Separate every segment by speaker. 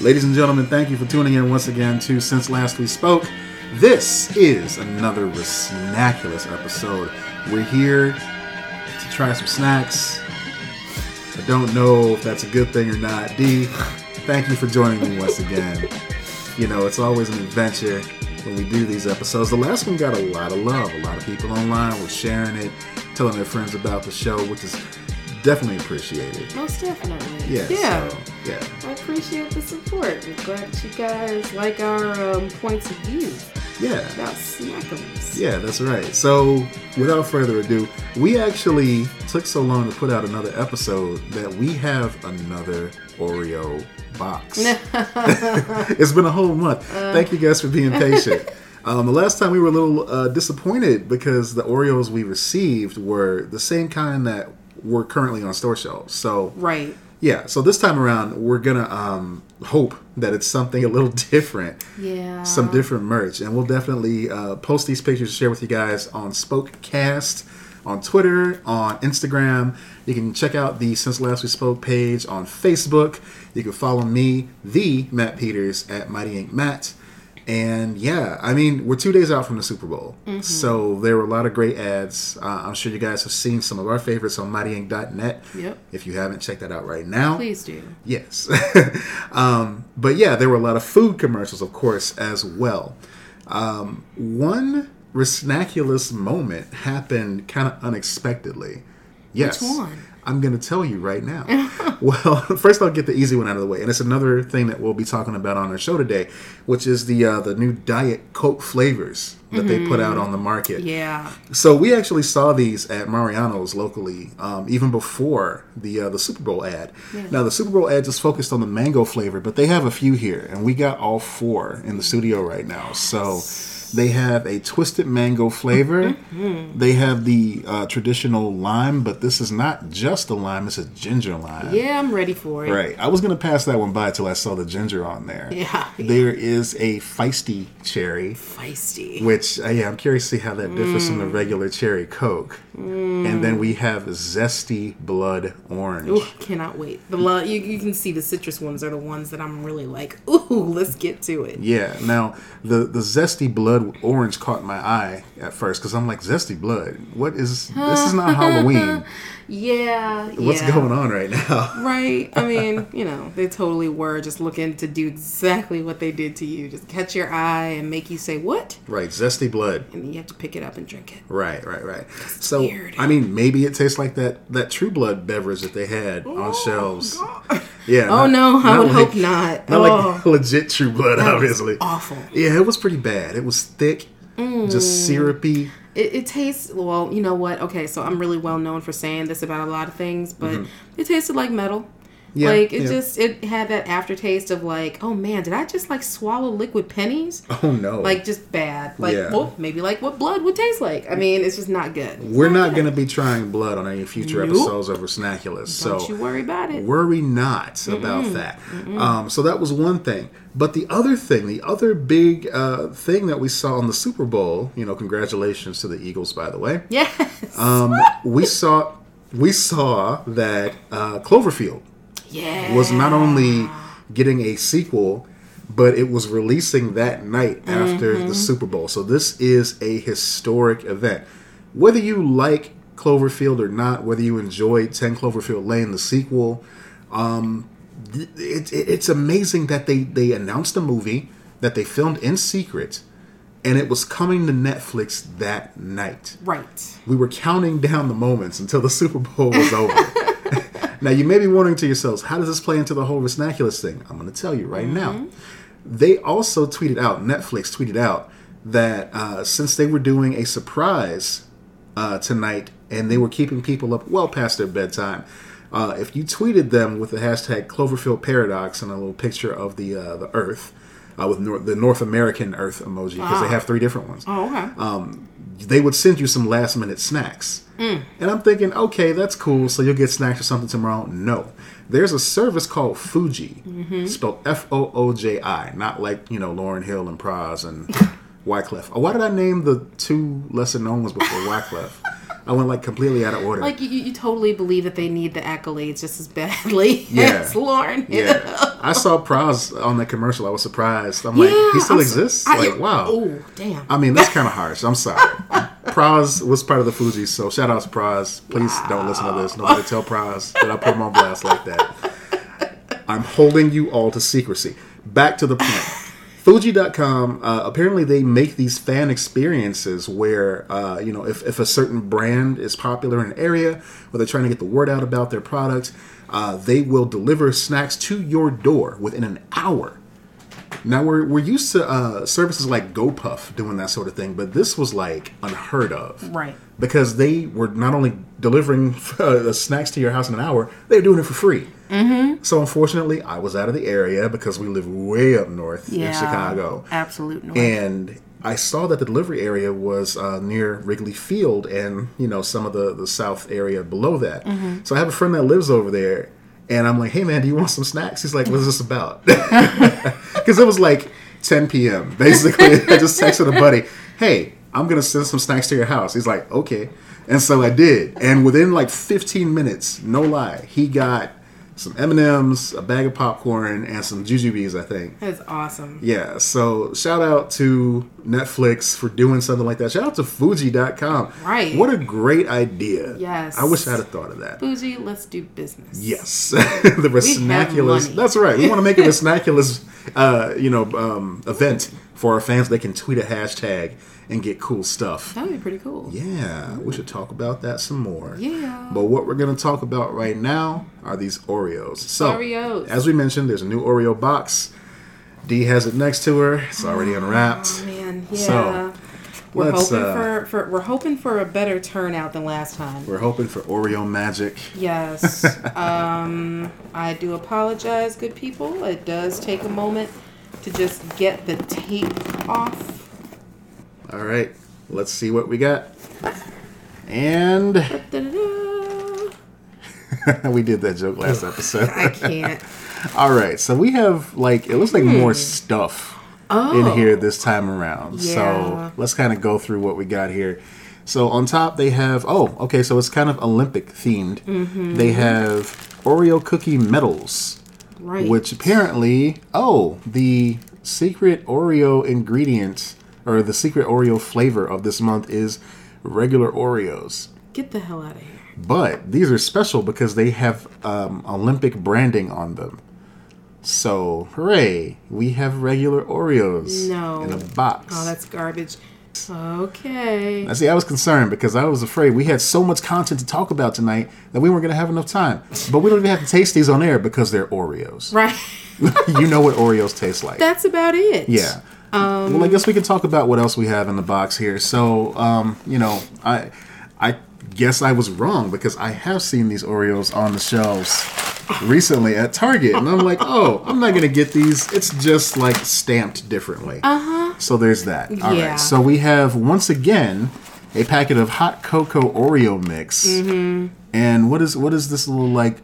Speaker 1: Ladies and gentlemen, thank you for tuning in once again to Since Last We Spoke. This is another snaculous episode. We're here to try some snacks. I don't know if that's a good thing or not. D, thank you for joining me once again. You know, it's always an adventure when we do these episodes. The last one got a lot of love. A lot of people online were sharing it, telling their friends about the show, which is definitely appreciated.
Speaker 2: Most definitely.
Speaker 1: Yeah.
Speaker 2: Yeah.
Speaker 1: So, yeah.
Speaker 2: I appreciate the support. I'm glad that you guys like our um, points of view
Speaker 1: Yeah.
Speaker 2: about snackums.
Speaker 1: Yeah, that's right. So, without further ado, we actually took so long to put out another episode that we have another Oreo box. it's been a whole month. Thank you guys for being patient. Um, the last time we were a little uh, disappointed because the Oreos we received were the same kind that were currently on store shelves. So,
Speaker 2: Right.
Speaker 1: yeah, so this time around, we're going to um, hope that it's something a little different
Speaker 2: Yeah.
Speaker 1: some different merch, and we'll definitely uh, post these pictures to share with you guys on Spokecast, on Twitter, on Instagram. You can check out the Since Last We Spoke page on Facebook. You can follow me, the Matt Peters at Mighty Ink Matt. And yeah, I mean, we're two days out from the Super Bowl,
Speaker 2: Mm-hmm.
Speaker 1: so there were a lot of great ads. Uh, I'm sure you guys have seen some of our favorites on MightyInk.net.
Speaker 2: Yep.
Speaker 1: If you haven't, check that out right now.
Speaker 2: Please do.
Speaker 1: Yes. um, but yeah, there were a lot of food commercials, of course, as well. Um, one resnaculous moment happened kind of unexpectedly. Yes.
Speaker 2: one?
Speaker 1: I'm going to tell you right now. well, first I'll get the easy one out of the way, and it's another thing that we'll be talking about on our show today, which is the uh, the new Diet Coke flavors that they put out on the market.
Speaker 2: Mm-hmm. Yeah.
Speaker 1: So we actually saw these at Mariano's locally, um, even before the uh, the Super Bowl ad. Now the Super Bowl ad just focused on the mango flavor, but they have a few here, and we got all four in the studio right now. So they have a twisted mango flavor.
Speaker 2: Mm-hmm.
Speaker 1: they have the uh, traditional lime, but this is not just a lime; it's a ginger lime.
Speaker 2: Yeah, I'm ready for it.
Speaker 1: Right. I was gonna pass that one by till I saw the ginger on there.
Speaker 2: Yeah.
Speaker 1: There is a feisty cherry.
Speaker 2: Feisty.
Speaker 1: Which uh, yeah, I'm curious to see how that differs from
Speaker 2: Mm.
Speaker 1: the regular cherry coke. And then we have zesty blood orange.
Speaker 2: Ooh, cannot wait. The love, you, you can see the citrus ones are the ones that I'm really like, ooh, let's get to it.
Speaker 1: Yeah. Now the the zesty blood orange caught my eye at first because I'm like zesty blood. What is this? Is not Halloween.
Speaker 2: Yeah.
Speaker 1: What's
Speaker 2: yeah.
Speaker 1: going on right now?
Speaker 2: Right. I mean, you know, they totally were just looking to do exactly what they did to you. Just catch your eye and make you say, what?
Speaker 1: right. Zesty blood.
Speaker 2: And then you have to pick it up and drink it.
Speaker 1: Right, right, right. So
Speaker 2: weird.
Speaker 1: I mean, maybe it tastes like that that True Blood beverage that they had on shelves. Yeah.
Speaker 2: Oh, no, I would
Speaker 1: like-
Speaker 2: hope not.
Speaker 1: Not
Speaker 2: Oh.
Speaker 1: like legit True Blood, obviously.
Speaker 2: Awful.
Speaker 1: Yeah, it was pretty bad. It was thick,
Speaker 2: Mm.
Speaker 1: just syrupy.
Speaker 2: It, it tastes, well, you know what? Okay, so I'm really well known for saying this about a lot of things, but it tasted like metal.
Speaker 1: Mm-hmm. Yeah,
Speaker 2: like it
Speaker 1: yeah.
Speaker 2: just it had that aftertaste of like oh man did i just like swallow liquid pennies
Speaker 1: Oh no!
Speaker 2: like just bad like
Speaker 1: Yeah.
Speaker 2: well maybe like what blood would taste like i mean it's just not good
Speaker 1: we're not going to be trying blood on any future
Speaker 2: Nope.
Speaker 1: episodes of Resnaculous.
Speaker 2: don't
Speaker 1: so
Speaker 2: you worry about it
Speaker 1: worry not about that. Um, so that was one thing. But the other thing, the other big uh, thing that we saw on the Super Bowl, you know, congratulations to the Eagles, by the way.
Speaker 2: yes
Speaker 1: Um, we saw we saw that uh, Cloverfield
Speaker 2: yeah
Speaker 1: was not only getting a sequel, but it was releasing that night after the Super Bowl. So this is a historic event. Whether you like Cloverfield or not, whether you enjoyed Ten Cloverfield Lane, the sequel, um, it, it, it's amazing that they they announced the movie that they filmed in secret, and it was coming to Netflix that night
Speaker 2: right
Speaker 1: we were counting down the moments until the Super Bowl was over. now, you may be wondering to yourselves, how does this play into the whole Resnaculous thing? I'm going to tell you right now. They also tweeted out, Netflix tweeted out, that uh, since they were doing a surprise uh, tonight and they were keeping people up well past their bedtime, uh, if you tweeted them with the hashtag Cloverfield Paradox and a little picture of the uh, the Earth, uh, with nor- the North American Earth emoji, because they have three different ones
Speaker 2: oh okay
Speaker 1: they would send you some last minute snacks.
Speaker 2: Mm.
Speaker 1: And I'm thinking, okay, that's cool. So you'll get snacks or something tomorrow. No, there's a service called Fuji,
Speaker 2: Mm-hmm.
Speaker 1: spelled F O O J I, not like you know Lauren Hill and Praz and Wyclef. Oh, why did I name the two lesser known ones before Wyclef? I went like completely out of order.
Speaker 2: Like you, you totally believe that they need the accolades just as badly
Speaker 1: Yeah.
Speaker 2: as Lauren. you know?
Speaker 1: yeah, I saw Pros on that commercial. I was surprised. I'm like, he still
Speaker 2: I'm so-
Speaker 1: exists.
Speaker 2: I-
Speaker 1: like, wow.
Speaker 2: Oh, damn.
Speaker 1: I mean, that's kind of harsh. I'm sorry. Pros was part of the Fuji, so shout out to Pros. Please don't listen to this. Nobody tell Pros that I put him on blast like that. I'm holding you all to secrecy. Back to the point. Fuji.com, uh, apparently they make these fan experiences where, uh, you know, if, if a certain brand is popular in an area or they're trying to get the word out about their product, uh, they will deliver snacks to your door within an hour. Now we're we're used to uh, services like GoPuff doing that sort of thing, but this was like unheard of,
Speaker 2: Right.
Speaker 1: Because they were not only delivering uh, the snacks to your house in an hour, they were doing it for free. Mm-hmm. So unfortunately, I was out of the area because we live way up north in Chicago,
Speaker 2: Absolute noise.
Speaker 1: and I saw that the delivery area was uh, near Wrigley Field and you know some of the the south area below that. So I have a friend that lives over there, and I'm like, "Hey man, do you want some snacks?" He's like, "What is this about?" Because it was like 10 p.m. Basically, I just texted a buddy, "Hey, I'm gonna send some snacks to your house." He's like, "Okay," and so I did, and within like 15 minutes, no lie, he got. Some M and M's, a bag of popcorn, and some jujubes, I think.
Speaker 2: That's awesome.
Speaker 1: Yeah, so shout out to Netflix for doing something like that. Shout out to Fuji.com.
Speaker 2: Right.
Speaker 1: What a great idea.
Speaker 2: Yes.
Speaker 1: I wish I'd have thought of that.
Speaker 2: Bougie, let's do business.
Speaker 1: Yes. the Resnaculous.
Speaker 2: money.
Speaker 1: That's right. We want to make a Resnaculous, uh, you know, um, event for our fans. They can tweet a hashtag and get cool stuff.
Speaker 2: That would be pretty cool.
Speaker 1: Yeah, we should talk about that some more.
Speaker 2: Yeah.
Speaker 1: But what we're going to talk about right now are these Oreos. So,
Speaker 2: Oreos.
Speaker 1: as we mentioned, there's a new Oreo box. Dee has it next to her. It's already unwrapped.
Speaker 2: Oh, man, yeah.
Speaker 1: So,
Speaker 2: we're
Speaker 1: let's,
Speaker 2: hoping
Speaker 1: uh,
Speaker 2: for, for we're hoping for a better turnout than last time.
Speaker 1: We're hoping for Oreo magic.
Speaker 2: Yes. um, I do apologize, good people. It does take a moment to just get the tape off.
Speaker 1: All right, let's see what we got. And
Speaker 2: Da-da-da.
Speaker 1: we did that joke last episode.
Speaker 2: I can't.
Speaker 1: All right, so we have like it looks like more
Speaker 2: Hmm.
Speaker 1: stuff
Speaker 2: Oh.
Speaker 1: in here this time around.
Speaker 2: Yeah.
Speaker 1: So let's kind of go through what we got here. So on top they have oh okay so it's kind of Olympic themed.
Speaker 2: Mm-hmm.
Speaker 1: They have Oreo cookie medals.
Speaker 2: Right.
Speaker 1: which apparently oh the secret oreo ingredient or the secret oreo flavor of this month is regular oreos
Speaker 2: get the hell out of here.
Speaker 1: but these are special because they have um, olympic branding on them so hooray we have regular oreos
Speaker 2: No.
Speaker 1: in a box
Speaker 2: Oh, that's garbage. Okay.
Speaker 1: I see. I was concerned because I was afraid we had so much content to talk about tonight that we weren't going to have enough time. But we don't even have to taste these on air because they're Oreos.
Speaker 2: Right.
Speaker 1: you know what Oreos taste like.
Speaker 2: That's about it.
Speaker 1: Yeah. well, I guess we can talk about what else we have in the box here. So, um, you know, I, I guess I was wrong because I have seen these Oreos on the shelves recently at Target, and I'm like, oh, I'm not gonna get these. It's just like stamped differently. Uh huh. So there's that. All right.
Speaker 2: Yeah.
Speaker 1: So we have once again a packet of hot cocoa Oreo mix. Mm-hmm. And what is what is this little like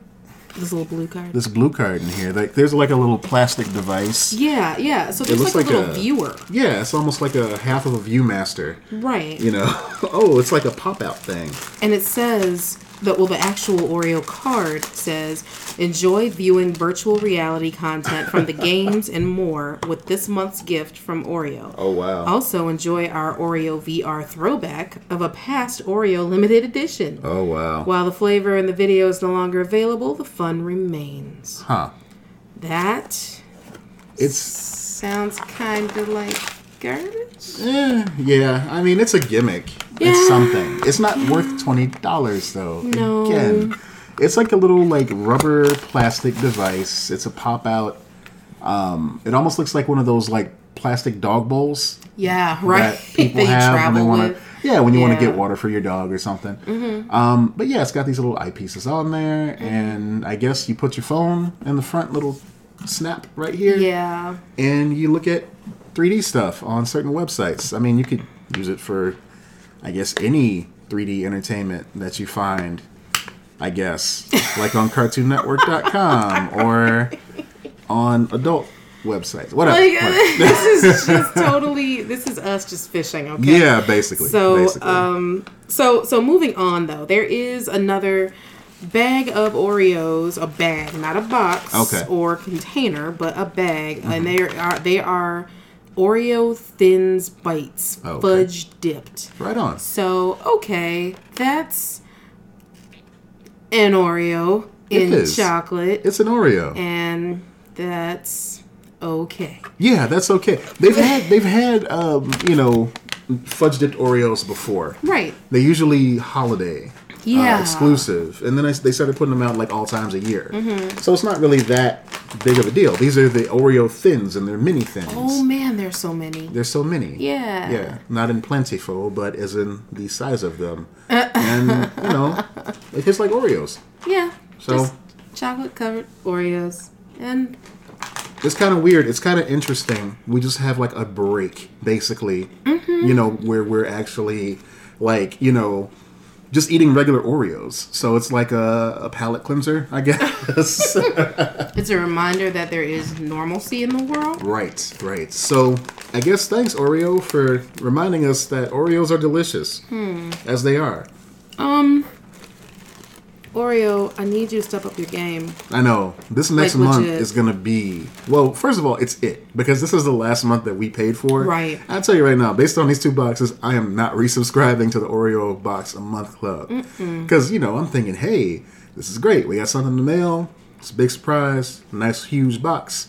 Speaker 2: This little blue card.
Speaker 1: this blue card in here? Like there's like a little plastic device.
Speaker 2: yeah, yeah. So there's
Speaker 1: looks
Speaker 2: like, a
Speaker 1: like
Speaker 2: little
Speaker 1: a-
Speaker 2: viewer.
Speaker 1: Yeah, it's almost like a half of a ViewMaster.
Speaker 2: Right.
Speaker 1: You know, oh, it's like a pop-out thing.
Speaker 2: And it says that well the actual Oreo card says enjoy viewing virtual reality content from the games and more with this month's gift from Oreo.
Speaker 1: Oh wow.
Speaker 2: Also enjoy our Oreo VR throwback of a past Oreo limited edition.
Speaker 1: oh wow.
Speaker 2: While the flavor in the video is no longer available, the fun remains.
Speaker 1: Huh.
Speaker 2: That
Speaker 1: It's
Speaker 2: sounds kind of like garbage.
Speaker 1: eh, yeah. I mean, it's a gimmick.
Speaker 2: Yeah.
Speaker 1: It's something. It's not worth twenty dollars though.
Speaker 2: No.
Speaker 1: Again, it's like a little like rubber plastic device. It's a pop-out. Um, it almost looks like one of those like plastic dog bowls.
Speaker 2: Yeah, right.
Speaker 1: that people have when they want to. Yeah, when you want to
Speaker 2: Yeah. Mm-hmm.
Speaker 1: get water for your dog or something. Um, but yeah, it's got these little eyepieces on there, and I guess you put your phone in the front little snap right here,
Speaker 2: Yeah.
Speaker 1: and you look at 3D stuff on certain websites. I mean, you could use it for, I guess, any 3D entertainment that you find. I guess, like on CartoonNetwork.com or on Adult websites, whatever.
Speaker 2: Like, uh,
Speaker 1: whatever.
Speaker 2: this is just totally. This is us just fishing. Okay.
Speaker 1: Yeah, basically.
Speaker 2: So,
Speaker 1: basically.
Speaker 2: um, so, so moving on though, there is another bag of Oreos, a bag, not a box
Speaker 1: Okay. Mm-hmm.
Speaker 2: or container, but a bag, and they are they are Oreo thins bites,
Speaker 1: Oh, okay.
Speaker 2: fudge dipped.
Speaker 1: right on.
Speaker 2: So, okay, that's an Oreo
Speaker 1: It
Speaker 2: in
Speaker 1: is.
Speaker 2: chocolate,
Speaker 1: It's an Oreo.
Speaker 2: and that's okay.
Speaker 1: Yeah, that's okay. They've had they've had um, you know fudge dipped Oreos before.
Speaker 2: Right.
Speaker 1: They're usually holiday. uh,
Speaker 2: Yeah.
Speaker 1: exclusive, and then I, they started putting them out like all times a year.
Speaker 2: Mm-hmm.
Speaker 1: So it's not really that big of a deal. These are the Oreo thins, and they're mini thins.
Speaker 2: Oh man, there's so many.
Speaker 1: There's so many.
Speaker 2: Yeah.
Speaker 1: Yeah. Not in plentiful, but as in the size of them. and, you know, it tastes like Oreos.
Speaker 2: Yeah.
Speaker 1: So-
Speaker 2: just chocolate covered Oreos. And
Speaker 1: It's kind of weird. It's kind of interesting. We just have like a break, basically, you know, where we're actually like, you know, just eating regular Oreos. So it's like a, a palate cleanser, I guess.
Speaker 2: it's a reminder that there is normalcy in the world.
Speaker 1: Right, right. So I guess thanks, Oreo, for reminding us that Oreos are delicious, as they are.
Speaker 2: Um Oreo, I need you to step up your game.
Speaker 1: I know this next
Speaker 2: Like,
Speaker 1: month
Speaker 2: legit.
Speaker 1: is gonna be well. First of all, it's it because this is the last month that we paid for.
Speaker 2: Right.
Speaker 1: I tell you right now, based on these two boxes, I am not resubscribing to the Oreo box a month club because you know I'm thinking, hey, this is great. We got something in the mail. It's a big surprise. Nice huge box.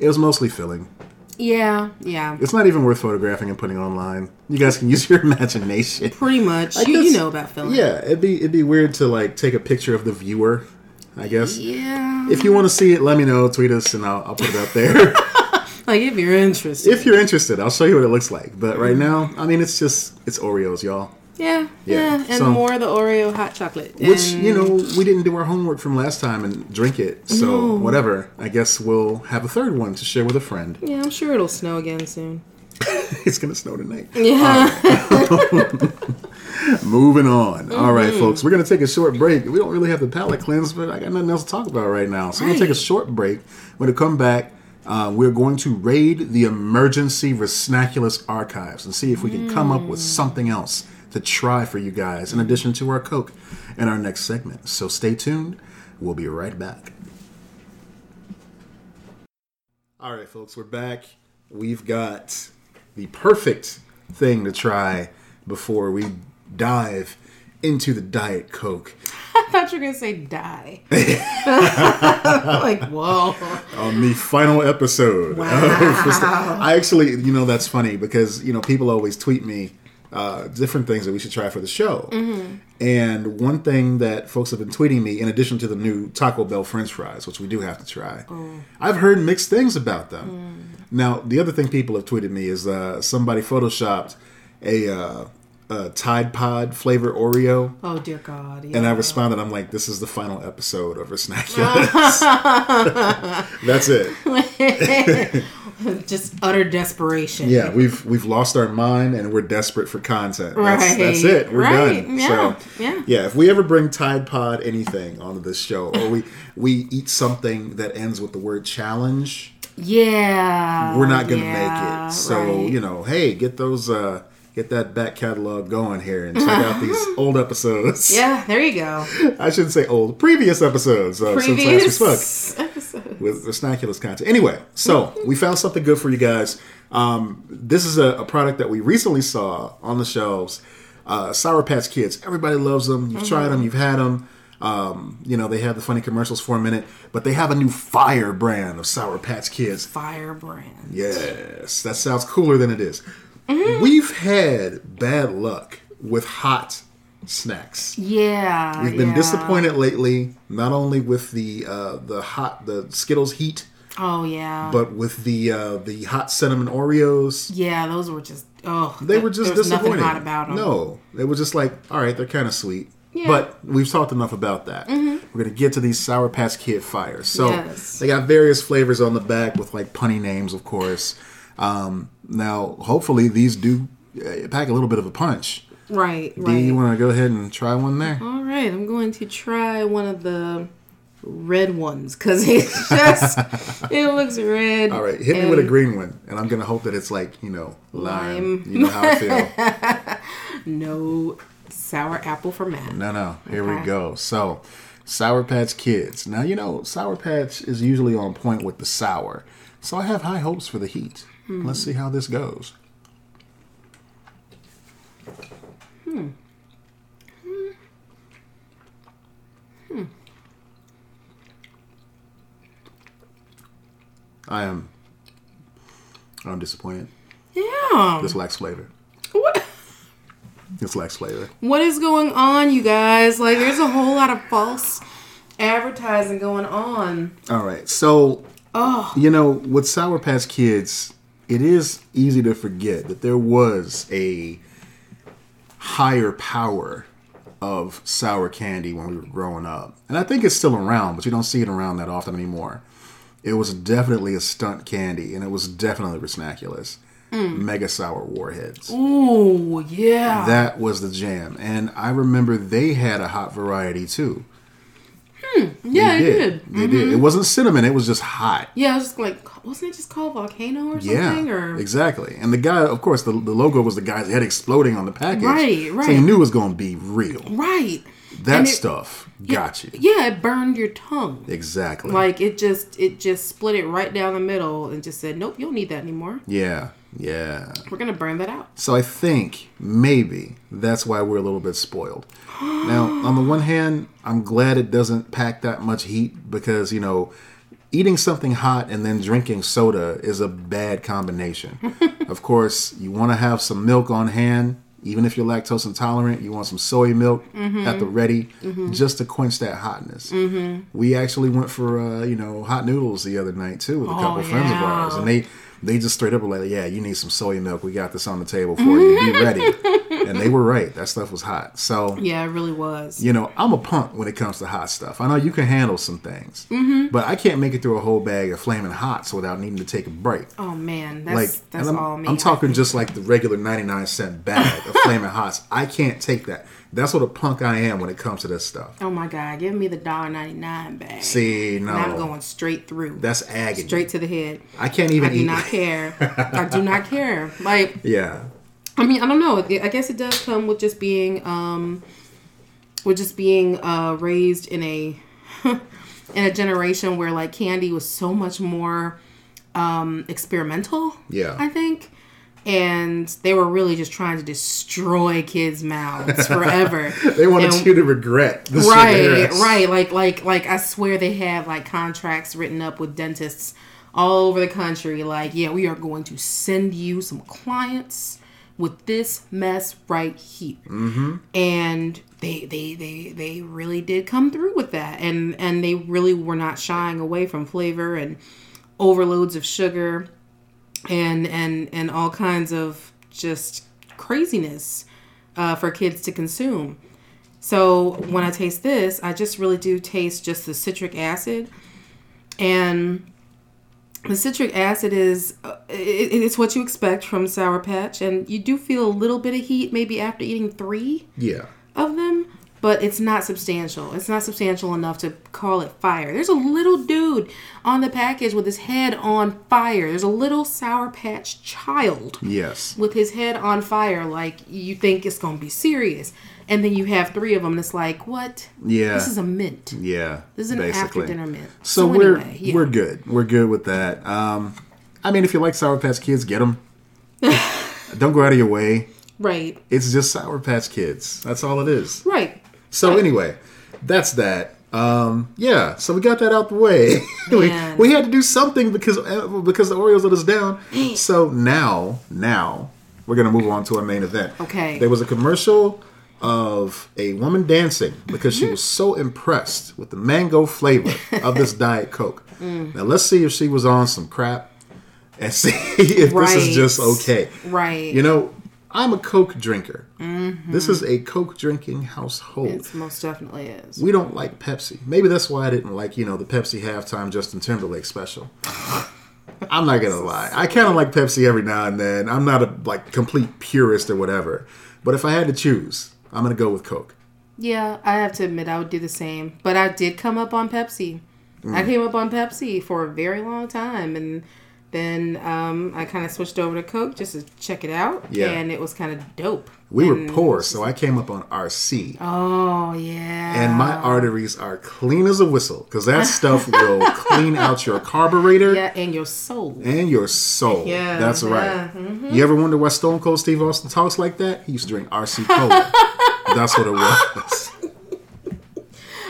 Speaker 1: It was mostly filling.
Speaker 2: Yeah, yeah.
Speaker 1: It's not even worth photographing and putting online. You guys can use your imagination.
Speaker 2: Pretty much. you, you
Speaker 1: guess-
Speaker 2: know about film.
Speaker 1: Yeah, it'd be it'd be weird to like take a picture of the viewer. I guess.
Speaker 2: Yeah.
Speaker 1: If you want to see it, let me know. Tweet us, and I'll, I'll put it up there.
Speaker 2: like if you're interested.
Speaker 1: if you're interested, I'll show you what it looks like. But right now, I mean, it's just it's Oreos, y'all.
Speaker 2: yeah,
Speaker 1: Yeah,
Speaker 2: yeah. And
Speaker 1: so-
Speaker 2: more of the Oreo hot chocolate.
Speaker 1: Which
Speaker 2: And-
Speaker 1: you know we didn't do our homework from last time and drink it, so
Speaker 2: No.
Speaker 1: whatever. I guess we'll have a third one to share with a friend.
Speaker 2: Yeah, I'm sure it'll snow again soon.
Speaker 1: it's gonna snow tonight.
Speaker 2: Yeah.
Speaker 1: Moving on. All right,
Speaker 2: Mm-hmm.
Speaker 1: folks, we're gonna take a short break. We don't really have the palate cleanse, but I got nothing else to talk about right now, so we're gonna take a
Speaker 2: Right.
Speaker 1: short break. When we come back, uh, we're going to raid the emergency Resnaculus archives and see if we can come up
Speaker 2: Mm.
Speaker 1: with something else to try for you guys in addition to our Coke in our next segment. So stay tuned. We'll be right back. All right, folks, we're back. We've got the perfect thing to try before we dive into the Diet Coke.
Speaker 2: I thought you were gonna say die. like, whoa.
Speaker 1: on the final episode.
Speaker 2: Wow.
Speaker 1: I actually, you know, that's funny because you know people always tweet me uh, different things that we should try for the show.
Speaker 2: Mm-hmm.
Speaker 1: And one thing that folks have been tweeting me, in addition to the new Taco Bell French fries, which we do have to try,
Speaker 2: Oh.
Speaker 1: I've heard mixed things about them.
Speaker 2: Mm.
Speaker 1: Now, the other thing people have tweeted me is uh, somebody photoshopped a, uh, a Tide Pod flavor Oreo.
Speaker 2: Oh dear God. Yeah.
Speaker 1: And I responded, I'm like, this is the final episode of Resnaculus. That's it.
Speaker 2: just utter desperation.
Speaker 1: Yeah, we've we've lost our mind and we're desperate for content. That's,
Speaker 2: Right.
Speaker 1: that's it. We're
Speaker 2: Right.
Speaker 1: done.
Speaker 2: Yeah.
Speaker 1: So
Speaker 2: Yeah.
Speaker 1: if we ever bring Tide Pod anything onto this show, or we we eat something that ends with the word challenge,
Speaker 2: Yeah.
Speaker 1: we're not gonna
Speaker 2: Oh, yeah,
Speaker 1: make it. So,
Speaker 2: right.
Speaker 1: you know, hey, get those uh get that back catalog going here and check out these old episodes.
Speaker 2: Yeah, there you go.
Speaker 1: I shouldn't say old, previous episodes of Since Last
Speaker 2: Previous
Speaker 1: We Spoke.
Speaker 2: episode.
Speaker 1: with Resnaculous content. Anyway, so we found something good for you guys. Um, this is a, a product that we recently saw on the shelves. Uh, Sour Patch Kids. Everybody loves them. You've tried them. You've had them. Um, you know they have the funny commercials for a minute, but they have a new fire brand of Sour Patch Kids.
Speaker 2: Firebrand.
Speaker 1: Yes, that sounds cooler than it is. We've had bad luck with hot snacks.
Speaker 2: Yeah.
Speaker 1: We've been
Speaker 2: yeah.
Speaker 1: disappointed lately, not only with the uh, the hot the Skittles heat
Speaker 2: Oh yeah.
Speaker 1: but with the uh, the hot cinnamon Oreos,
Speaker 2: yeah, those were just oh.
Speaker 1: they were just
Speaker 2: there was
Speaker 1: disappointing.
Speaker 2: nothing hot about them.
Speaker 1: No, they were just like, all right, they're kind of sweet,
Speaker 2: Yeah. Mm-hmm.
Speaker 1: but we've talked enough about that. We're gonna get to these Sour Patch Kid fires. So
Speaker 2: Yes.
Speaker 1: they got various flavors on the back with like punny names, of course. Um, now, hopefully, these do uh, pack a little bit of a punch.
Speaker 2: Right.
Speaker 1: Do
Speaker 2: Right. Mm-hmm.
Speaker 1: you want to go ahead and try one there?
Speaker 2: All right, I'm going to try one of the red ones because it's just it looks red.
Speaker 1: All right, hit me with a green one, and I'm gonna hope that it's like you know lime. You know how I feel.
Speaker 2: No sour apple for Matt.
Speaker 1: No, no. Here we
Speaker 2: Okay.
Speaker 1: go. So, Sour Patch Kids. Now you know Sour Patch is usually on point with the sour, so I have high hopes for the heat. Let's see how this goes. Hmm. I am. I'm disappointed.
Speaker 2: Yeah.
Speaker 1: This lacks flavor.
Speaker 2: What?
Speaker 1: This lacks flavor.
Speaker 2: What is going on, you guys? Like, there's a whole lot of false advertising going on.
Speaker 1: All right. So, you know, with Sour Patch Kids, it is easy to forget that there was a higher power of sour candy when we were growing up. And I think it's still around, but you don't see it around that often anymore. It was definitely a stunt candy, and it was definitely Resnaculous. Mega Sour Warheads.
Speaker 2: Mm. Ooh, yeah.
Speaker 1: That was the jam. And I remember they had a hot variety too.
Speaker 2: Hmm. yeah, it
Speaker 1: they
Speaker 2: did. Mm-hmm.
Speaker 1: They did. It wasn't cinnamon, it was just hot.
Speaker 2: Yeah, I was just like, wasn't it just called Volcano or something? or
Speaker 1: exactly. And the guy, of course, the, the logo was the guy's head exploding on the package.
Speaker 2: Right,
Speaker 1: So you
Speaker 2: right.
Speaker 1: knew it was going to be real.
Speaker 2: right.
Speaker 1: That
Speaker 2: And it-
Speaker 1: stuff got you.
Speaker 2: Yeah, it burned your tongue.
Speaker 1: Exactly.
Speaker 2: Like it just it just split it right down the middle and just said, Nope, you don't need that anymore.
Speaker 1: yeah, yeah.
Speaker 2: We're gonna burn that out.
Speaker 1: So I think maybe that's why we're a little bit spoiled. now, on the one hand, I'm glad it doesn't pack that much heat because, you know, eating something hot and then drinking soda is a bad combination. of course, you want to have some milk on hand. Even if you're lactose intolerant, you want some soy milk at the ready just to quench that hotness. We actually went for uh, you know hot noodles the other night too with a couple friends of
Speaker 2: yeah.
Speaker 1: ours, and they they just straight up were like, "Yeah, you need some soy milk. We got this on the table for you. Be ready." and they were right. That stuff was hot. So
Speaker 2: Yeah, it really was.
Speaker 1: you know, I'm a punk when it comes to hot stuff. I know you can handle some things,
Speaker 2: Mm-hmm.
Speaker 1: but I can't make it through a whole bag of flaming hots without needing to take a break.
Speaker 2: Oh man,
Speaker 1: Like,
Speaker 2: that's that's
Speaker 1: and I'm,
Speaker 2: all me.
Speaker 1: I'm talking just like the regular 99 cent bag of flaming hots. I can't take that. That's what a punk I am when it comes to this stuff.
Speaker 2: Oh my god, give me the dollar ninety nine bag.
Speaker 1: See, no,
Speaker 2: and I'm going straight through.
Speaker 1: that's agony.
Speaker 2: straight to the head.
Speaker 1: I can't even
Speaker 2: I do
Speaker 1: eat.
Speaker 2: not care. I do not care. Like
Speaker 1: yeah,
Speaker 2: I mean, I don't know. I guess it does come with just being, um, with just being uh, raised in a in a generation where like candy was so much more um, experimental.
Speaker 1: Yeah.
Speaker 2: I think, and they were really just trying to destroy kids' mouths forever.
Speaker 1: they wanted
Speaker 2: And-
Speaker 1: you to regret. The
Speaker 2: right
Speaker 1: cigarettes.
Speaker 2: right like like like i swear they have like contracts written up with dentists all over the country like yeah we are going to send you some clients with this mess right here and they they they they really did come through with that and and they really were not shying away from flavor and overloads of sugar and and and all kinds of just craziness uh, for kids to consume so when i taste this i just really do taste just the citric acid and the citric acid is uh, it, it's what you expect from sour patch and you do feel a little bit of heat maybe after eating three
Speaker 1: Yeah.
Speaker 2: of them, but it's not substantial. It's not substantial enough to call it fire. There's a little dude on the package with his head on fire. There's a little Sour Patch child
Speaker 1: Yes.
Speaker 2: with his head on fire. Like, you think it's going to be serious. And then you have three of them, and it's like, what?
Speaker 1: Yeah.
Speaker 2: This is a mint.
Speaker 1: Yeah.
Speaker 2: This is an
Speaker 1: basically.
Speaker 2: after dinner mint.
Speaker 1: So, we're
Speaker 2: anyway, yeah.
Speaker 1: we're good. We're good with that. Um, I mean, if you like Sour Patch Kids, get them. Don't go out of your way.
Speaker 2: Right.
Speaker 1: It's just Sour Patch Kids. That's all it is.
Speaker 2: Right.
Speaker 1: So anyway, that's that. Um, yeah. So we got that out the way. we,
Speaker 2: Man.
Speaker 1: we had to do something because uh, because the Oreos let us down. so now now we're gonna move on to our main event.
Speaker 2: Okay.
Speaker 1: There was a commercial of a woman dancing because
Speaker 2: Mm-hmm.
Speaker 1: she was so impressed with the mango flavor of this diet coke.
Speaker 2: Mm.
Speaker 1: Now let's see if she was on some crap and see if this
Speaker 2: Right.
Speaker 1: is just okay.
Speaker 2: Right. Mm-hmm.
Speaker 1: You know, I'm a Coke drinker. This is a Coke drinking household.
Speaker 2: It's most definitely is.
Speaker 1: we don't like Pepsi. Maybe that's why I didn't like, you know, the Pepsi halftime Justin Timberlake special. I'm not gonna lie. I kind of like Pepsi every now and then. I'm not a like complete purist or whatever. But if I had to choose, I'm gonna go with Coke.
Speaker 2: Yeah, I have to admit I would do the same. But I did come up on Pepsi. I
Speaker 1: Mm.
Speaker 2: came up on Pepsi for a very long time and then um, I kind of switched over to Coke just to check it out.
Speaker 1: Yeah.
Speaker 2: And it was kind of dope.
Speaker 1: We
Speaker 2: And-
Speaker 1: were poor, so I came up on RC.
Speaker 2: Oh, yeah.
Speaker 1: and my arteries are clean as a whistle because that stuff will clean out your carburetor
Speaker 2: Yeah, and your soul.
Speaker 1: and your soul.
Speaker 2: Yeah, mm-hmm.
Speaker 1: That's right.
Speaker 2: yeah,
Speaker 1: You ever wonder why Stone Cold Steve Austin talks like that? He used to drink RC Cola. That's what it was.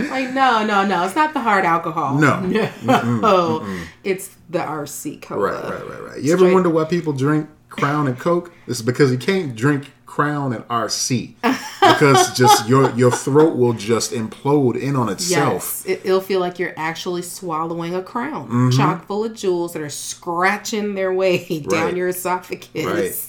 Speaker 2: Like, no, no, no. It's not the hard alcohol.
Speaker 1: No.
Speaker 2: No. It's the RC Cola.
Speaker 1: Right, right, right, right. You ever
Speaker 2: Straight-
Speaker 1: wonder why people drink Crown and Coke? It's because you can't drink Crown and RC because just your your throat will just implode in on itself.
Speaker 2: Yes, it, it'll feel like you're actually swallowing a crown,
Speaker 1: Mm-hmm.
Speaker 2: chock full of jewels that are scratching their way
Speaker 1: Right.
Speaker 2: down your esophagus.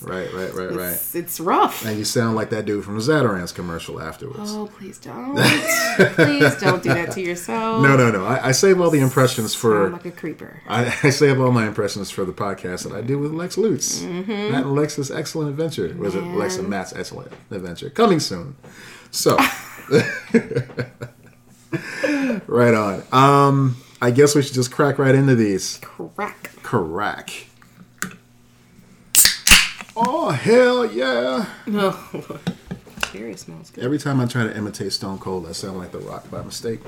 Speaker 1: Right, right, right, right, right.
Speaker 2: It's, it's rough.
Speaker 1: And you sound like that dude from the Zatarans commercial afterwards.
Speaker 2: Oh, please don't. please don't do that to yourself.
Speaker 1: No, no, no. I, I save all the impressions
Speaker 2: Sound
Speaker 1: for.
Speaker 2: like a creeper.
Speaker 1: I, I save all my impressions for the podcast that I do with Lex Lutz. Matt and Lex's excellent adventure. Was it Lex and Matt's excellent adventure coming soon? So, right on. Um, I guess we should just crack right into these.
Speaker 2: Crack.
Speaker 1: Crack. Oh hell yeah!
Speaker 2: Oh, Lord. Cherry smells good.
Speaker 1: Every time I try to imitate Stone Cold, I sound like The Rock by mistake.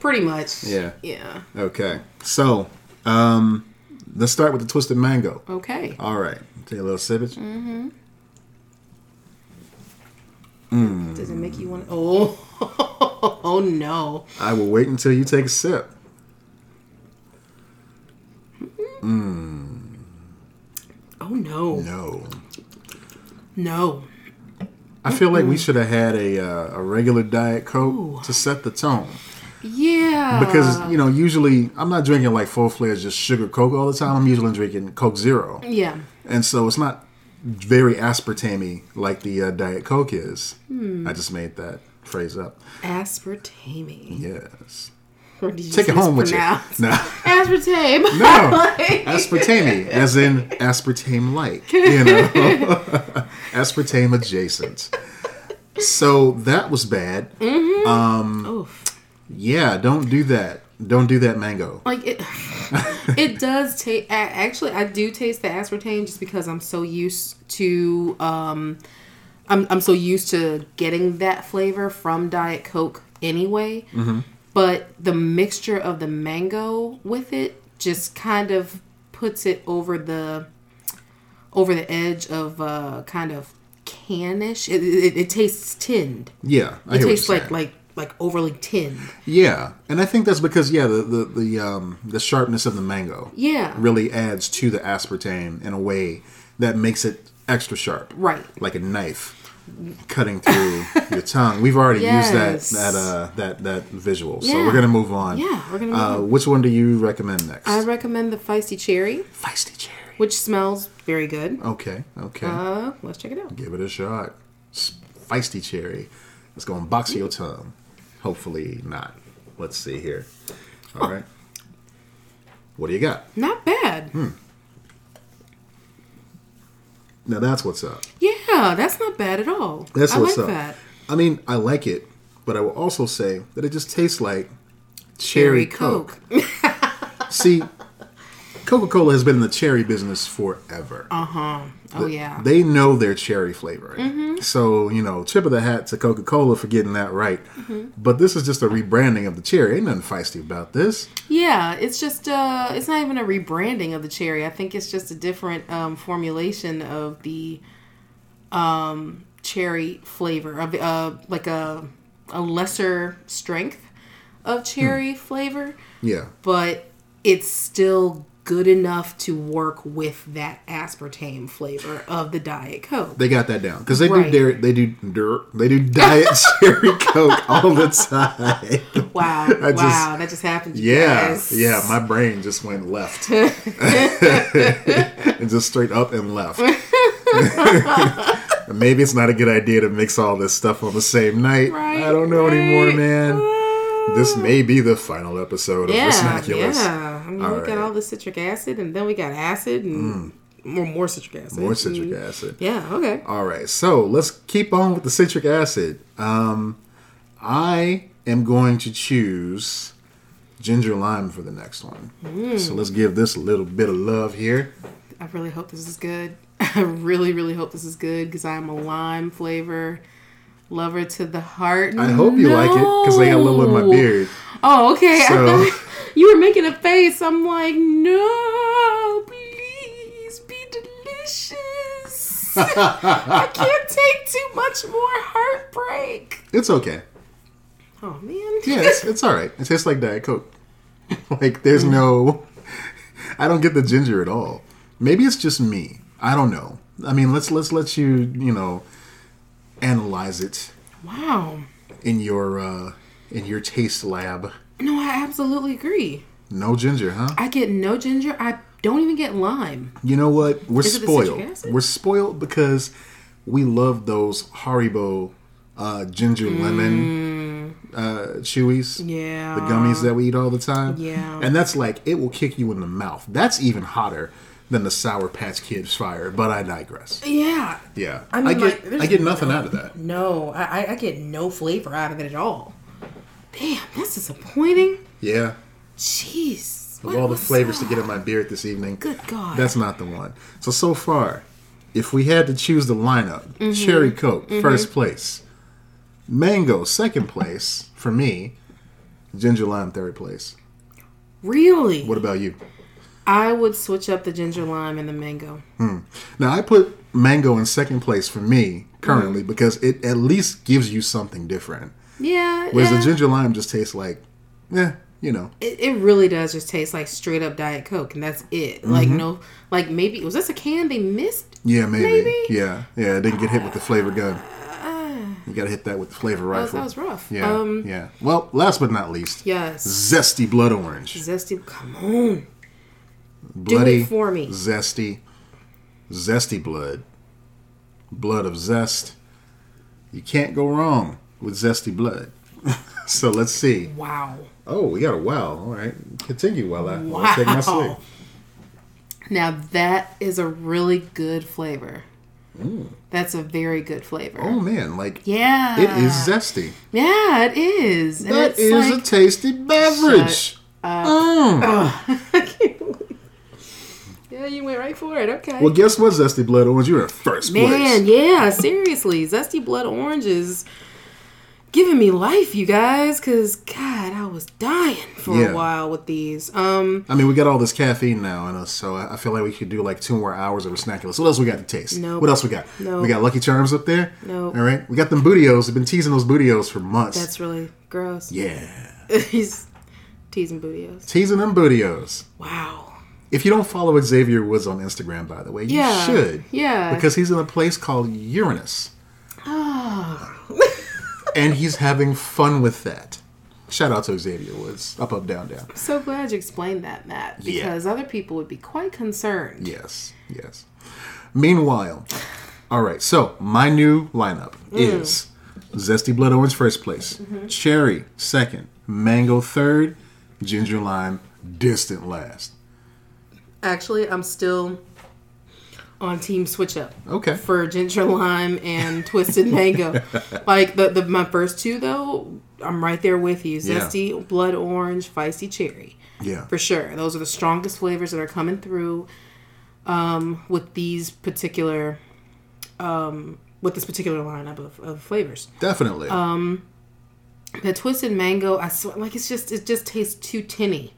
Speaker 2: Pretty much.
Speaker 1: Yeah.
Speaker 2: Yeah.
Speaker 1: Okay, so um, let's start with the twisted mango.
Speaker 2: Okay.
Speaker 1: All right, take a little sippage. Um,
Speaker 2: Does it make you want? Oh, oh no.
Speaker 1: I will wait until you take a sip.
Speaker 2: Oh no.
Speaker 1: No,
Speaker 2: No.
Speaker 1: I feel like we should have had a uh, a regular diet coke to set the tone
Speaker 2: Yeah.
Speaker 1: because you know usually I'm not drinking like full fledged just sugar coke all the time. I'm usually drinking Coke Zero,
Speaker 2: Yeah.
Speaker 1: and so it's not very aspartame like the uh, diet coke is. I just made that phrase up.
Speaker 2: Aspartame.
Speaker 1: Yes,
Speaker 2: Or did you
Speaker 1: take it
Speaker 2: just
Speaker 1: home with you.
Speaker 2: mispronounce?
Speaker 1: No.
Speaker 2: Aspartame.
Speaker 1: No,
Speaker 2: Like-
Speaker 1: aspartame, as in aspartame like, you know, aspartame adjacent. So that was bad.
Speaker 2: Oof.
Speaker 1: Yeah, don't do that. Don't do that mango.
Speaker 2: Like it. it does taste. Actually, I do taste the aspartame just because I'm so used to. Um, I'm I'm so used to getting that flavor from Diet Coke anyway.
Speaker 1: Mm-hmm.
Speaker 2: But the mixture of the mango with it just kind of puts it over the over the edge of uh, kind of cannish. It, it, it tastes tinned.
Speaker 1: Yeah, I
Speaker 2: It
Speaker 1: hear what
Speaker 2: tastes
Speaker 1: you're
Speaker 2: like
Speaker 1: saying.
Speaker 2: like like overly tinned.
Speaker 1: yeah, and I think that's because yeah, the the the, um, the sharpness of the mango
Speaker 2: Yeah.
Speaker 1: really adds to the aspartame in a way that makes it extra sharp,
Speaker 2: Right.
Speaker 1: Like a knife cutting through your tongue. We've already
Speaker 2: Yes.
Speaker 1: used that that uh, that that visual, so
Speaker 2: Yeah.
Speaker 1: we're gonna move on.
Speaker 2: Yeah, we're gonna move Um,
Speaker 1: uh, Which one do you recommend next?
Speaker 2: I recommend the Feisty Cherry,
Speaker 1: Feisty cherry.
Speaker 2: which smells very good.
Speaker 1: Okay, okay,
Speaker 2: Uh, let's check it out.
Speaker 1: give it a shot. Feisty cherry. It's gonna box your tongue. Hopefully not. Let's see here. All right. What do you got?
Speaker 2: Not bad.
Speaker 1: Hmm. Now that's what's up.
Speaker 2: Yeah, that's not bad at all.
Speaker 1: That's
Speaker 2: I
Speaker 1: what's
Speaker 2: like
Speaker 1: up.
Speaker 2: that.
Speaker 1: I mean, I like it, but I will also say that it just tastes like cherry,
Speaker 2: Cherry
Speaker 1: Coke.
Speaker 2: Coke.
Speaker 1: See, Coca Cola has been in the cherry business forever.
Speaker 2: Uh huh. Oh yeah.
Speaker 1: They know their cherry flavoring. So, you know, tip of the hat to Coca Cola for getting that right. But this is just a rebranding of the cherry. Ain't nothing feisty about this.
Speaker 2: yeah, it's just uh, it's not even a rebranding of the cherry. I think it's just a different um, formulation of the um cherry flavor of uh like a a lesser strength
Speaker 1: Hmm.
Speaker 2: of cherry flavor.
Speaker 1: Yeah.
Speaker 2: but it's still good enough to work with that aspartame flavor of the diet coke
Speaker 1: They got that down because they
Speaker 2: Right.
Speaker 1: do dairy, they do dirt, they do diet cherry coke all the time.
Speaker 2: wow wow
Speaker 1: just-
Speaker 2: that just happened you
Speaker 1: Yeah,
Speaker 2: guys.
Speaker 1: yeah. My brain just went left, and just straight up and left. Maybe it's not a good idea to mix all this stuff on the same night.
Speaker 2: Right,
Speaker 1: I don't know anymore,
Speaker 2: right.
Speaker 1: man. This may be the final episode of
Speaker 2: yeah
Speaker 1: Vernaculous.
Speaker 2: yeah i mean
Speaker 1: All
Speaker 2: we
Speaker 1: right. Mm.
Speaker 2: got all the citric acid and then we got acid and More, more citric acid. Mm.
Speaker 1: More citric acid.
Speaker 2: Yeah, okay.
Speaker 1: All right, so let's keep on with the citric acid. Um, I am going to choose ginger lime for the next one.
Speaker 2: Hmm.
Speaker 1: So let's give this a little bit of love here.
Speaker 2: I really hope this is good. I really, really hope this is good because I'm a lime flavor lover to the heart.
Speaker 1: I hope you like it because I got a little in my
Speaker 2: No.
Speaker 1: beard.
Speaker 2: Oh, okay. I
Speaker 1: So-
Speaker 2: thought you were making a face. I'm like, no, please be delicious. I can't take too much more heartbreak.
Speaker 1: It's okay.
Speaker 2: Oh man.
Speaker 1: Yeah, it's, it's all right. It tastes like Diet Coke. like, there's no. I don't get the ginger at all. Maybe it's just me. I don't know. I mean, let's let's let you you know analyze it
Speaker 2: Wow.
Speaker 1: in your uh, in your taste lab.
Speaker 2: No, I absolutely agree.
Speaker 1: No ginger, huh?
Speaker 2: I get no ginger. I don't even get lime.
Speaker 1: You know what? We're
Speaker 2: Is it the citric
Speaker 1: spoiled.
Speaker 2: acid?
Speaker 1: We're spoiled because we love those Haribo uh, ginger lemon uh, chewies.
Speaker 2: Mm. Yeah.
Speaker 1: The gummies that we eat all the time.
Speaker 2: Yeah.
Speaker 1: And that's like, it will kick you in the mouth. That's even hotter than the Sour Patch Kids fire, but I digress.
Speaker 2: Yeah.
Speaker 1: Yeah.
Speaker 2: I mean,
Speaker 1: get,
Speaker 2: like, there's
Speaker 1: I get nothing out of that.
Speaker 2: No, I, I- I get no flavor out of it at all. Damn, that's disappointing.
Speaker 1: Yeah.
Speaker 2: Jeez.
Speaker 1: Of
Speaker 2: What
Speaker 1: all the
Speaker 2: was
Speaker 1: flavors to
Speaker 2: that?
Speaker 1: get in my beard this evening.
Speaker 2: Good God.
Speaker 1: That's not the one. So so far, if we had to choose the lineup,
Speaker 2: Mm-hmm.
Speaker 1: cherry coke first place, mango second place for me, ginger lime third place.
Speaker 2: Really?
Speaker 1: What about you?
Speaker 2: I would switch up the ginger lime and the mango.
Speaker 1: Now I put mango in second place for me currently
Speaker 2: Mm-hmm.
Speaker 1: because it at least gives you something different.
Speaker 2: Yeah.
Speaker 1: Whereas
Speaker 2: yeah.
Speaker 1: the ginger lime just tastes like, eh, you know,
Speaker 2: it, it really does just taste like straight up Diet Coke, and that's it. Like,
Speaker 1: Mm-hmm.
Speaker 2: no, like maybe, was this a can they missed?
Speaker 1: yeah, maybe,
Speaker 2: Maybe. Uh,
Speaker 1: yeah, yeah. It didn't get hit with the flavor gun. You gotta hit that with the flavor
Speaker 2: That was,
Speaker 1: rifle.
Speaker 2: that was rough.
Speaker 1: Yeah,
Speaker 2: Um,
Speaker 1: yeah. Well, last but not least,
Speaker 2: yes.
Speaker 1: zesty blood orange,
Speaker 2: Zesty, come on.
Speaker 1: bloody
Speaker 2: it for me.
Speaker 1: zesty, zesty blood, blood of zest. You can't go wrong with zesty blood. so let's see.
Speaker 2: Wow.
Speaker 1: Oh, we got a wow. All right, continue while I while I take my sleep.
Speaker 2: Wow. Now that is a really good flavor. That's a very good flavor.
Speaker 1: Mm. Oh man, like
Speaker 2: Yeah.
Speaker 1: it is zesty.
Speaker 2: Yeah, it is. And
Speaker 1: That
Speaker 2: it's
Speaker 1: is
Speaker 2: like,
Speaker 1: a tasty beverage. Mm.
Speaker 2: yeah, you went right for it. Okay.
Speaker 1: Well, guess what, Zesty Blood Orange? You're in first
Speaker 2: Man,
Speaker 1: place.
Speaker 2: yeah, seriously. Zesty Blood Orange is giving me life, you guys, because, God, I was dying for
Speaker 1: Yeah.
Speaker 2: a while with these. Um,
Speaker 1: I mean, we got all this caffeine now in us, so I I feel like we could do like two more hours of a snack list. What else we got to taste?
Speaker 2: Nope.
Speaker 1: What else we got?
Speaker 2: Nope.
Speaker 1: We got Lucky Charms up there.
Speaker 2: Nope.
Speaker 1: All right. We got them bootios. We've been teasing those bootios for months.
Speaker 2: That's really gross.
Speaker 1: yeah.
Speaker 2: He's teasing bootios.
Speaker 1: Teasing them bootios.
Speaker 2: Wow.
Speaker 1: If you don't follow Xavier Woods on Instagram, by the way, you
Speaker 2: Yeah.
Speaker 1: should.
Speaker 2: Yeah.
Speaker 1: Because he's in a place called Uranus.
Speaker 2: Ah,
Speaker 1: and he's having fun with that. Shout out to Xavier Woods. Up, up, down, down.
Speaker 2: So glad you explained that, Matt,
Speaker 1: Yeah.
Speaker 2: because other people would be quite concerned.
Speaker 1: Yes, yes. Meanwhile, all right, so my new lineup
Speaker 2: Mm.
Speaker 1: is Zesty Blood Orange first place,
Speaker 2: Mm-hmm.
Speaker 1: Cherry second, Mango third, Ginger Lime distant last.
Speaker 2: Actually, I'm still on Team Switch Up.
Speaker 1: Okay.
Speaker 2: for ginger lime and twisted mango. like the, the my first two though, I'm right there with you.
Speaker 1: Yeah.
Speaker 2: Zesty blood orange, feisty cherry.
Speaker 1: Yeah.
Speaker 2: For sure. Those are the strongest flavors that are coming through um, with these particular um, with this particular lineup of, of flavors.
Speaker 1: Definitely.
Speaker 2: Um, The twisted mango, I swear, like it's just it just tastes too tinny.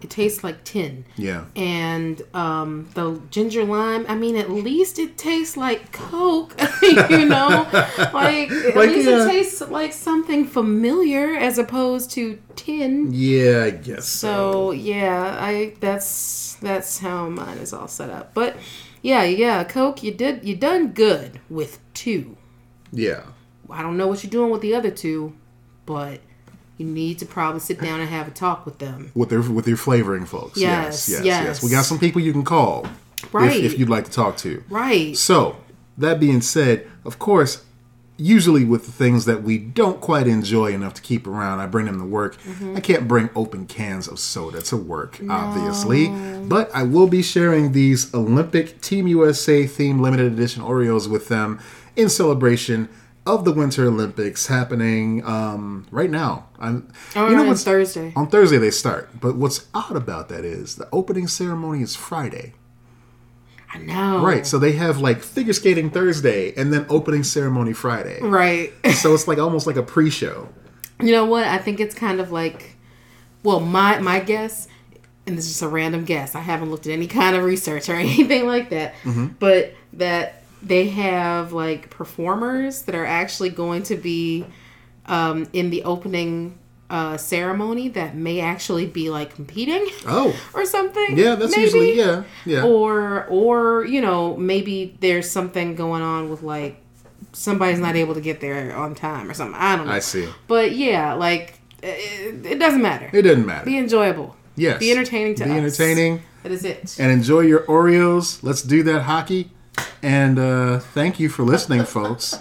Speaker 2: It tastes like tin.
Speaker 1: yeah.
Speaker 2: And um, the ginger lime, I mean, at least it tastes like Coke, you know? like, at
Speaker 1: Like,
Speaker 2: least
Speaker 1: yeah.
Speaker 2: it tastes like something familiar as opposed to tin.
Speaker 1: Yeah, I guess so.
Speaker 2: So, yeah, I that's that's how mine is all set up. But yeah, yeah, Coke, you did you done good with two.
Speaker 1: Yeah.
Speaker 2: I don't know what you're doing with the other two, but you need to probably sit down and have a talk with them.
Speaker 1: With their with your flavoring folks. Yes,
Speaker 2: Yes,
Speaker 1: yes, yes.
Speaker 2: yes.
Speaker 1: We got some people you can call if-
Speaker 2: Right.
Speaker 1: if, you'd like to talk to.
Speaker 2: Right.
Speaker 1: So, that being said, of course, usually with the things that we don't quite enjoy enough to keep around, I bring them to work.
Speaker 2: Mm-hmm.
Speaker 1: I can't bring open cans of soda to work, obviously, but I will be sharing these Olympic Team USA themed limited edition Oreos with them in celebration of the Winter Olympics happening um, right now. I'm,
Speaker 2: Oh,
Speaker 1: you know
Speaker 2: on
Speaker 1: what's
Speaker 2: Thursday.
Speaker 1: on Thursday they start, but what's odd about that is the opening ceremony is Friday.
Speaker 2: I know.
Speaker 1: Right, so they have like figure skating Thursday and then opening ceremony Friday.
Speaker 2: Right.
Speaker 1: So it's like almost like a pre-show.
Speaker 2: You know what? I think it's kind of like, well, my my guess, and this is just a random guess. I haven't looked at any kind of research or anything like that,
Speaker 1: Mm-hmm.
Speaker 2: but that they have like performers that are actually going to be um, in the opening uh, ceremony that may actually be like competing
Speaker 1: Oh,
Speaker 2: or something.
Speaker 1: yeah, that's
Speaker 2: maybe.
Speaker 1: usually yeah, yeah.
Speaker 2: Or or you know maybe there's something going on with like somebody's not able to get there on time or something. I don't know.
Speaker 1: I see.
Speaker 2: But yeah, like it, it doesn't matter.
Speaker 1: It doesn't matter.
Speaker 2: Be enjoyable.
Speaker 1: yes,
Speaker 2: Be entertaining to
Speaker 1: Be
Speaker 2: us.
Speaker 1: entertaining
Speaker 2: That is it.
Speaker 1: and enjoy your Oreos. Let's do that hockey. And uh, thank you for listening, folks.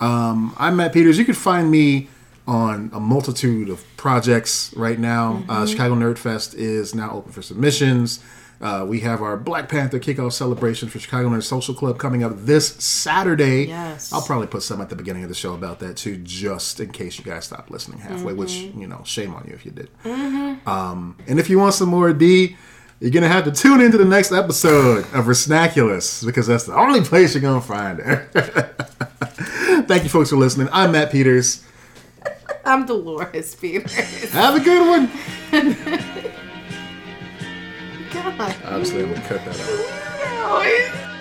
Speaker 1: Um, I'm Matt Peters. You can find me on a multitude of projects right now. Uh, Chicago Nerd Fest is now open for submissions. Uh, we have our Black Panther kickoff celebration for Chicago Nerd Social Club coming up this Saturday.
Speaker 2: Yes.
Speaker 1: I'll probably put some at the beginning of the show about that too, just in case you guys stopped listening halfway, which, you know, shame on you if you did. Um, And if you want some more D, you're gonna have to tune into the next episode of Resnaculous because that's the only place you're gonna find it. Thank you, folks, for listening. I'm Matt Peters.
Speaker 2: I'm Dolores Peters.
Speaker 1: Have a good one.
Speaker 2: God.
Speaker 1: Uh, Obviously, I'm gonna cut that out.
Speaker 2: No, it's-